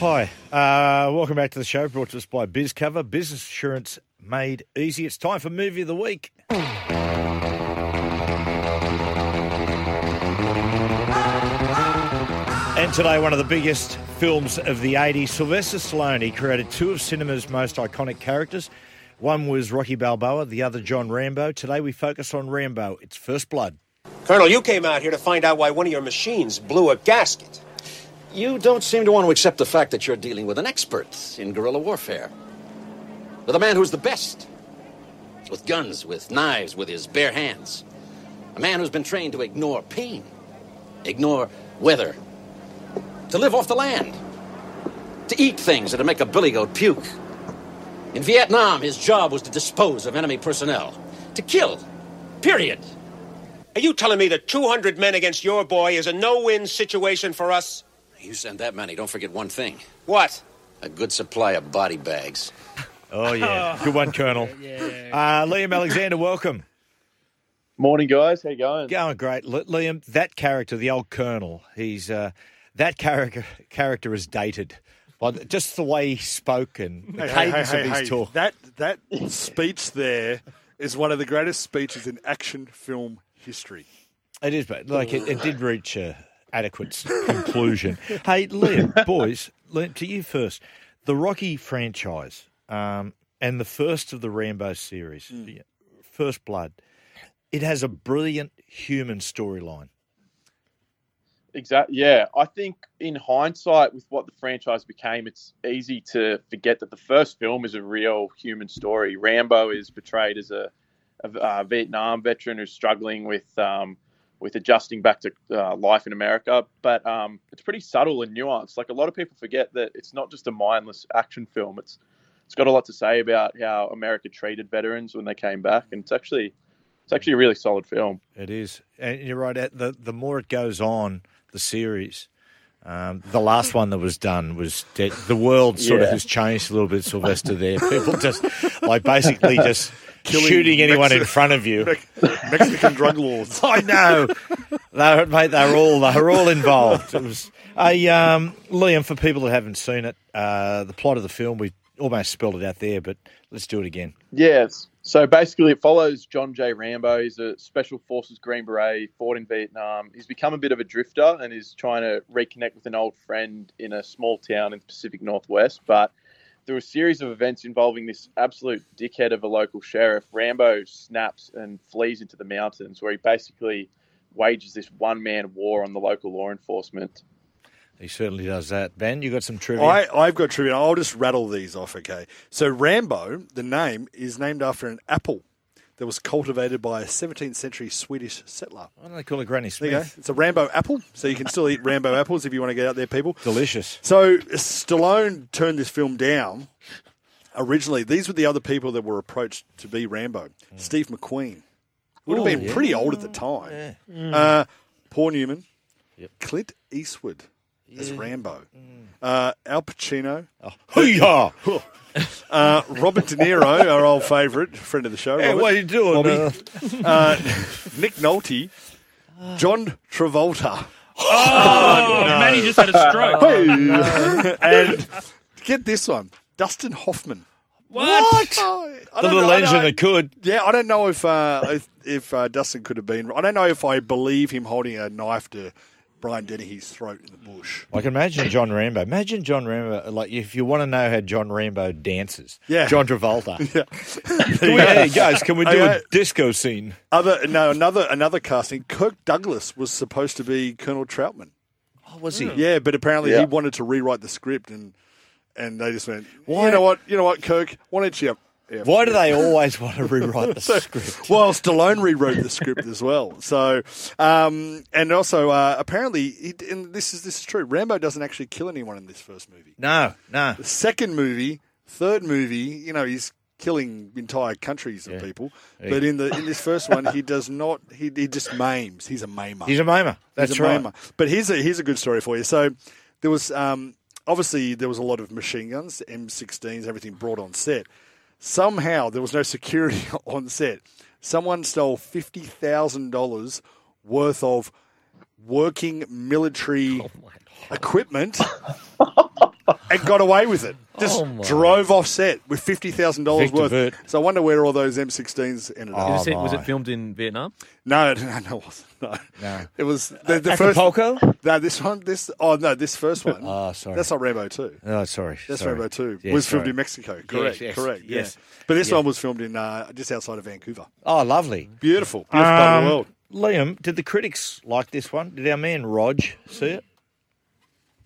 Hi, uh, welcome back to the show brought to us by BizCover, business insurance made easy. It's time for Movie of the Week. And today, one of the biggest films of the 80s, Sylvester Stallone created two of cinema's most iconic characters. One was Rocky Balboa, the other John Rambo. Today, we focus on Rambo, its first blood. Colonel, you came out here to find out why one of your machines blew a gasket. You don't seem to want to accept the fact that you're dealing with an expert in guerrilla warfare. With a man who's the best. With guns, with knives, with his bare hands. A man who's been trained to ignore pain, ignore weather, to live off the land, to eat things that'll make a billy goat puke. In Vietnam, his job was to dispose of enemy personnel, to kill, period. Are you telling me that 200 men against your boy is a no win situation for us? You send that many, don't forget one thing What? a good supply of body bags. Oh, yeah. Good one, Colonel. Uh, Liam Alexander, welcome. Morning, guys. How you going? Going Oh, great, Li- Liam. That character, the old Colonel, he's uh, that character character is dated. By the, just the way he spoke and the cadence of his talk. That that speech there is one of the greatest speeches in action film history. It is, but like it, it did reach a adequate s- conclusion. hey, Liam, boys, Liam, to you first. The Rocky franchise um, and the first of the Rambo series, uh, First Blood, it has a brilliant human storyline. Exactly. Yeah, I think in hindsight, with what the franchise became, it's easy to forget that the first film is a real human story. Rambo is portrayed as a, a, uh Vietnam veteran who's struggling with um, with adjusting back to uh, life in America, but um, it's pretty subtle and nuanced. Like a lot of people forget that it's not just a mindless action film. It's it's got a lot to say about how America treated veterans when they came back, and it's actually it's actually a really solid film. It is, and you're right. uh, The the more it goes on, the series. Um, the last one that was done was de- the world sort of Yeah. has changed a little bit, Sylvester. There, people just like basically just shooting anyone in Mexi- front of you. Mex- Mexican drug laws. I know, they were, mate. They were all they were all involved. It was a um, Liam for people that haven't seen it. Uh, the plot of the film we almost spelled it out there, but let's do it again. Yes. So basically, it follows John J. Rambo. He's a Special Forces Green Beret, fought in Vietnam. He's become a bit of a drifter and is trying to reconnect with an old friend in a small town in the Pacific Northwest. But through a series of events involving this absolute dickhead of a local sheriff, Rambo snaps and flees into the mountains, where he basically wages this one man war on the local law enforcement. He certainly does that. Ben, you got some trivia. I, I've got trivia. I'll just rattle these off, okay? So Rambo, the name, is named after an apple that was cultivated by a 17th century Swedish settler. Why don't they call it Granny There Smith? you go. It's a Rambo apple, so you can still eat Rambo apples if you want to get out there, people. Delicious. So Stallone turned this film down originally. These were the other people that were approached to be Rambo. Steve McQueen would have been pretty old at the time. Uh, Paul Newman, Clint Eastwood as Rambo, uh, Al Pacino, Hoo-yah! uh, Robert De Niro, our old favourite friend of the show. Hey, Robert. what are you doing, Bobby? uh? Uh, Nick Nolte, John Travolta. Manny just had a stroke. and get this one, Dustin Hoffman. what? Oh, The I don't know- little I don't- engine that could. Yeah, I don't know if uh, if, if uh, Dustin could have been. I don't know if I believe him holding a knife to Brian Dennehy's throat in the bush. I can imagine John Rambo. Imagine John Rambo. Like, if you want to know how John Rambo dances, Yeah. John Travolta. Yeah. Can we, hey, guys, can we do a Okay. disco scene? Other no, another another casting. Kirk Douglas was supposed to be Colonel Troutman. Oh, was he? Yeah, but apparently Yeah. he wanted to rewrite the script and and they just went. You know what? You know what, Kirk? Why don't you? Yeah, Why do they always want to rewrite the script? Well, Stallone rewrote the script as well. So, um, and also uh, apparently, he, and this is this is true. Rambo doesn't actually kill anyone in this first movie. No, no. second movie, third movie, you know, he's killing entire countries of people. But in the in this first one, he does not. He, he just maims. He's a maimer. He's a maimer. That's He's a right. maimer. But here's a here's a good story for you. So there was um, obviously there was a lot of machine guns, M16s, everything brought on set. Somehow there was no security on set. Someone stole fifty thousand dollars worth Oh of working military equipment and got away with it. Just Oh, my. drove off set with fifty thousand dollars Victor worth. Vert. So I wonder where all those M16s ended up. Oh, was, it, was my. it filmed in Vietnam? No, no, no, it wasn't. No, No. Uh, it was the, the first. Acapulco? No, this one. This. Oh no, this first one. Ah, sorry. That's not Rambo two. Oh, sorry. That's sorry. Rambo two. Yeah, was sorry. filmed in Mexico. Correct. yes, correct. yes. Yes. But this Yeah. one was filmed in uh, just outside of Vancouver. Oh, lovely. Beautiful. Beautiful part Um, of the world. Liam, did the critics like this one? Did our man Rog see it?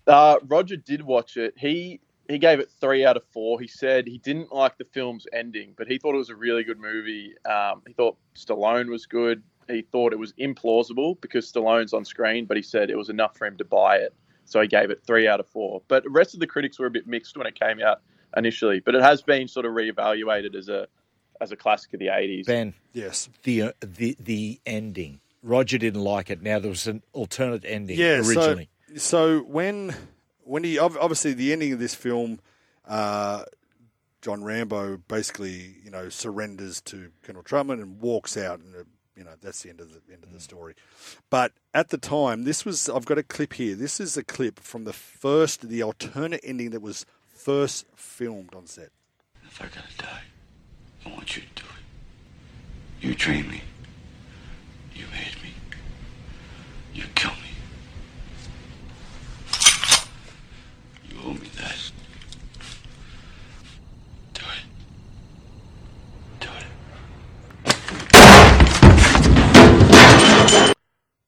Uh, Roger did watch it. He he gave it three out of four. He said he didn't like the film's ending, but he thought it was a really good movie. Um, he thought Stallone was good. He thought it was implausible because Stallone's on screen, but he said it was enough for him to buy it. So he gave it three out of four. But the rest of the critics were a bit mixed when it came out initially. But it has been sort of reevaluated as a as a classic of the eighties. Ben, Yes. the uh, the the ending. Roger didn't like it. Now there was an alternate ending yeah, so- originally. So, when when he ob- obviously the ending of this film, uh, John Rambo basically you know surrenders to Colonel Trumman and walks out, and uh, you know that's the end of the end of the story. But at the time, this was I've got a clip here. This is a clip from the first the alternate ending that was first filmed on set. If I gotta die, I want you to do it. You trained me. You made me. You killed me. You owe me that. Do it. Do it.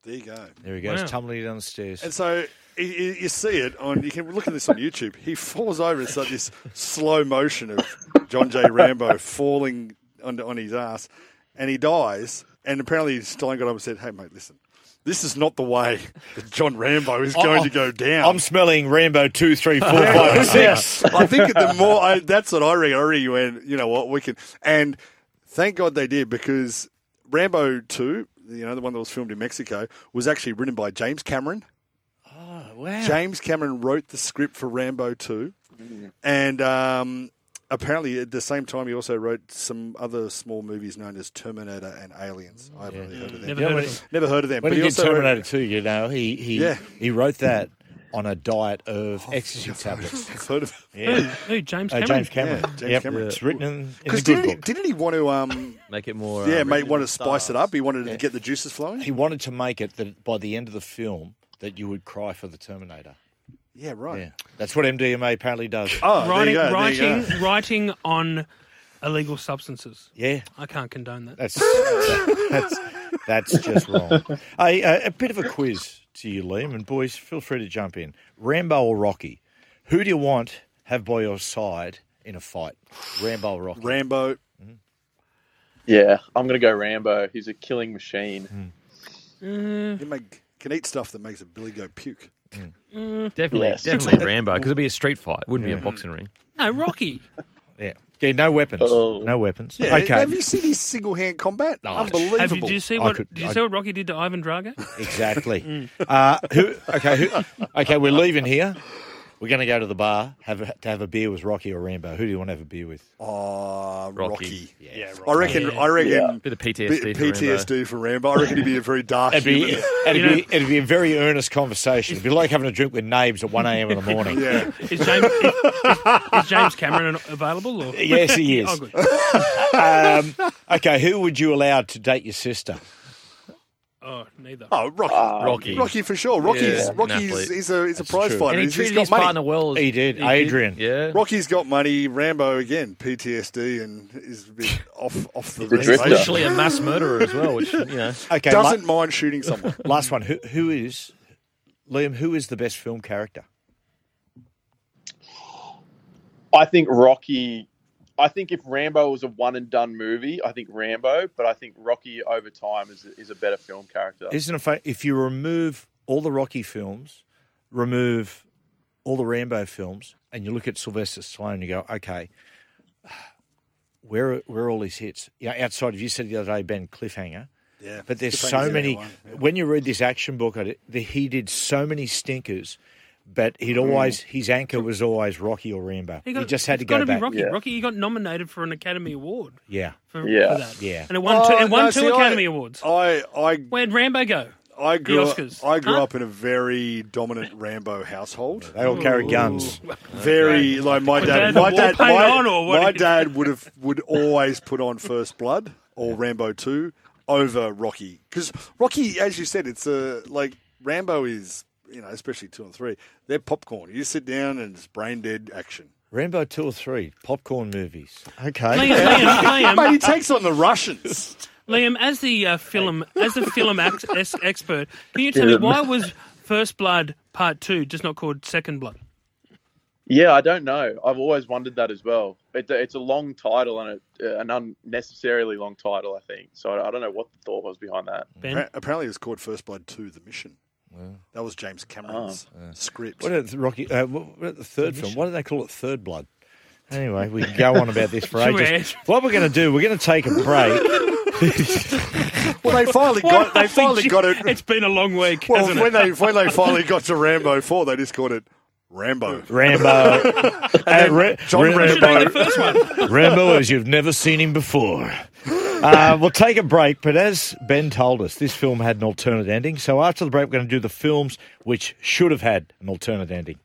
There you go. There he goes, Wow. tumbling downstairs. And so you, you you see it on. You can look at this on YouTube. He falls over. It's like this slow motion of John J. Rambo falling on, on his ass, and he dies. And apparently Stallone got up and said, "Hey, mate, listen, this is not the way that John Rambo is going to go down." I'm smelling Rambo two, three, four, five, and six. I think the more I, that's what I reckon. I reckon you went, you know what, we can. And thank God they did because Rambo 2, you know, the one that was filmed in Mexico, was actually written by James Cameron. Oh, wow. James Cameron wrote the script for Rambo 2. And um, apparently at the same time, he also wrote some other small movies known as Terminator and Aliens. I haven't really heard of them. Never heard of it. Never heard of them. When he did also wrote- Terminator two, you know, he he Yeah. he wrote that on a diet of ecstasy tablets. I've heard of them. Yeah. Who? James Uh, Cameron. James Cameron. Yeah, James yep. Cameron. It's written in, in the Because good didn't, he- book. didn't he want to um, Make it more. Yeah, uh, mate wanted to original spice it stars. up. He wanted to get the juices flowing. He wanted to make it that by the end of the film that you would cry for the Terminator. Yeah, right. Yeah, that's what MDMA apparently does. Oh, Writing, there you go, there you writing, go. writing on illegal substances. Yeah, I can't condone that. that's that's that's just wrong. Hey, uh, a bit of a quiz to you, Liam, and boys, feel free to jump in. Rambo or Rocky? Who do you want have by your side in a fight? Rambo or Rocky? Rambo. Yeah, I'm gonna go Rambo. He's a killing machine. You make, can eat stuff that makes a Billy go puke. Definitely, Yes. definitely Rambo, because it'd be a street fight. It wouldn't be a boxing ring. No, Rocky. yeah, yeah, no weapons, Oh. no weapons. Yeah, okay, Have you seen his single hand combat? Unbelievable. Have you, did you see I what? could- did you I- see what Rocky did to Ivan Drago? Exactly. uh, who, okay, who, okay, we're leaving here. We're going to go to the bar have a, to have a beer with Rocky or Rambo. Who do you want to have a beer with? Oh, Rocky. Rocky. Yeah, I reckon. I reckon. Bit of bit- PTSD. for Rambo. PTSD for Rambo. I reckon he'd be a very dark. It'd be, human. it'd, be, it'd be a very earnest conversation. It'd be like having a drink with Nabes at 1 a.m. in the morning. Yeah. Is James, is, is James Cameron available? Or? Yes, he is. Oh, good. Um, okay, who would you allow to date your sister? Oh, neither. Oh, Rocky. Um, Rocky. Rocky for sure. Rocky's Yeah. An Rocky's athlete. he's a he's a That's prize true. fighter. And he He's- he's treated got his money. partner well. He did. did. Adrian. Yeah. Rocky's got money. Rambo again, PTSD, and is a bit off off the, The reservation. drifter. Literally a mass murderer as well, which, you know. Okay, la- Doesn't mind shooting someone. last one. Who, who is, Liam, who is the best film character? I think Rocky. I think if Rambo was a one and done movie, I think Rambo. But I think Rocky over time is is a better film character. Isn't it funny? If you remove all the Rocky films, remove all the Rambo films, and you look at Sylvester Stallone, you go, okay, where are, where are all his hits? You know, outside of you said the other day, Ben Cliffhanger. Yeah, But there's Cliffhanger's so the many. other one, yeah. When you read this action book, I did- the- he did so many stinkers, but he'd always his anchor was always Rocky or Rambo. He, just had to got go to be back. Rocky. Yeah. Rocky, he got nominated for an Academy Award Yeah, for, Yeah. for that. Yeah. And it won two, Oh, it won no, two see, I- Academy Awards. I I Where'd Rambo go? I grew up, Oscars. I grew Huh? up in a very dominant Rambo household. They all carry guns. Very like my dad. dad the My war dad. paint My, on or what? my dad would have would always put on First Blood or Rambo Two over Rocky because Rocky, as you said, it's a like Rambo is you know especially two and three. They're popcorn. You sit down and it's brain dead action. Rambo two or three popcorn movies. Okay. Liam, Liam, Mate, he Liam, takes on the Russians. Liam, as the uh, film as the film ex- ex- expert, can you tell me why was First Blood Part Two just not called Second Blood? Yeah, I don't know. I've always wondered that as well. It, it's a long title and a, an unnecessarily long title, I think. So I, I don't know what the thought was behind that. Ben, Appar- Apparently, it's called First Blood Two: The Mission. That was James Cameron's Oh. script. What about the Rocky? Uh, what about the third film? Why do they call it Third Blood? Anyway, we can go on about this for Sure. ages. What we're going to do? We're going to take a break. Well, they finally got. They finally got it. It's been a long week, Well, hasn't when it? they when they finally got to Rambo Four, they just called it Rambo. Rambo, Uh, Ra- John Ra- Rambo. Should have been the first one. Rambo as you've never seen him before. Uh, we'll take a break, but as Ben told us, this film had an alternate ending. So after the break, we're going to do the films which should have had an alternate ending.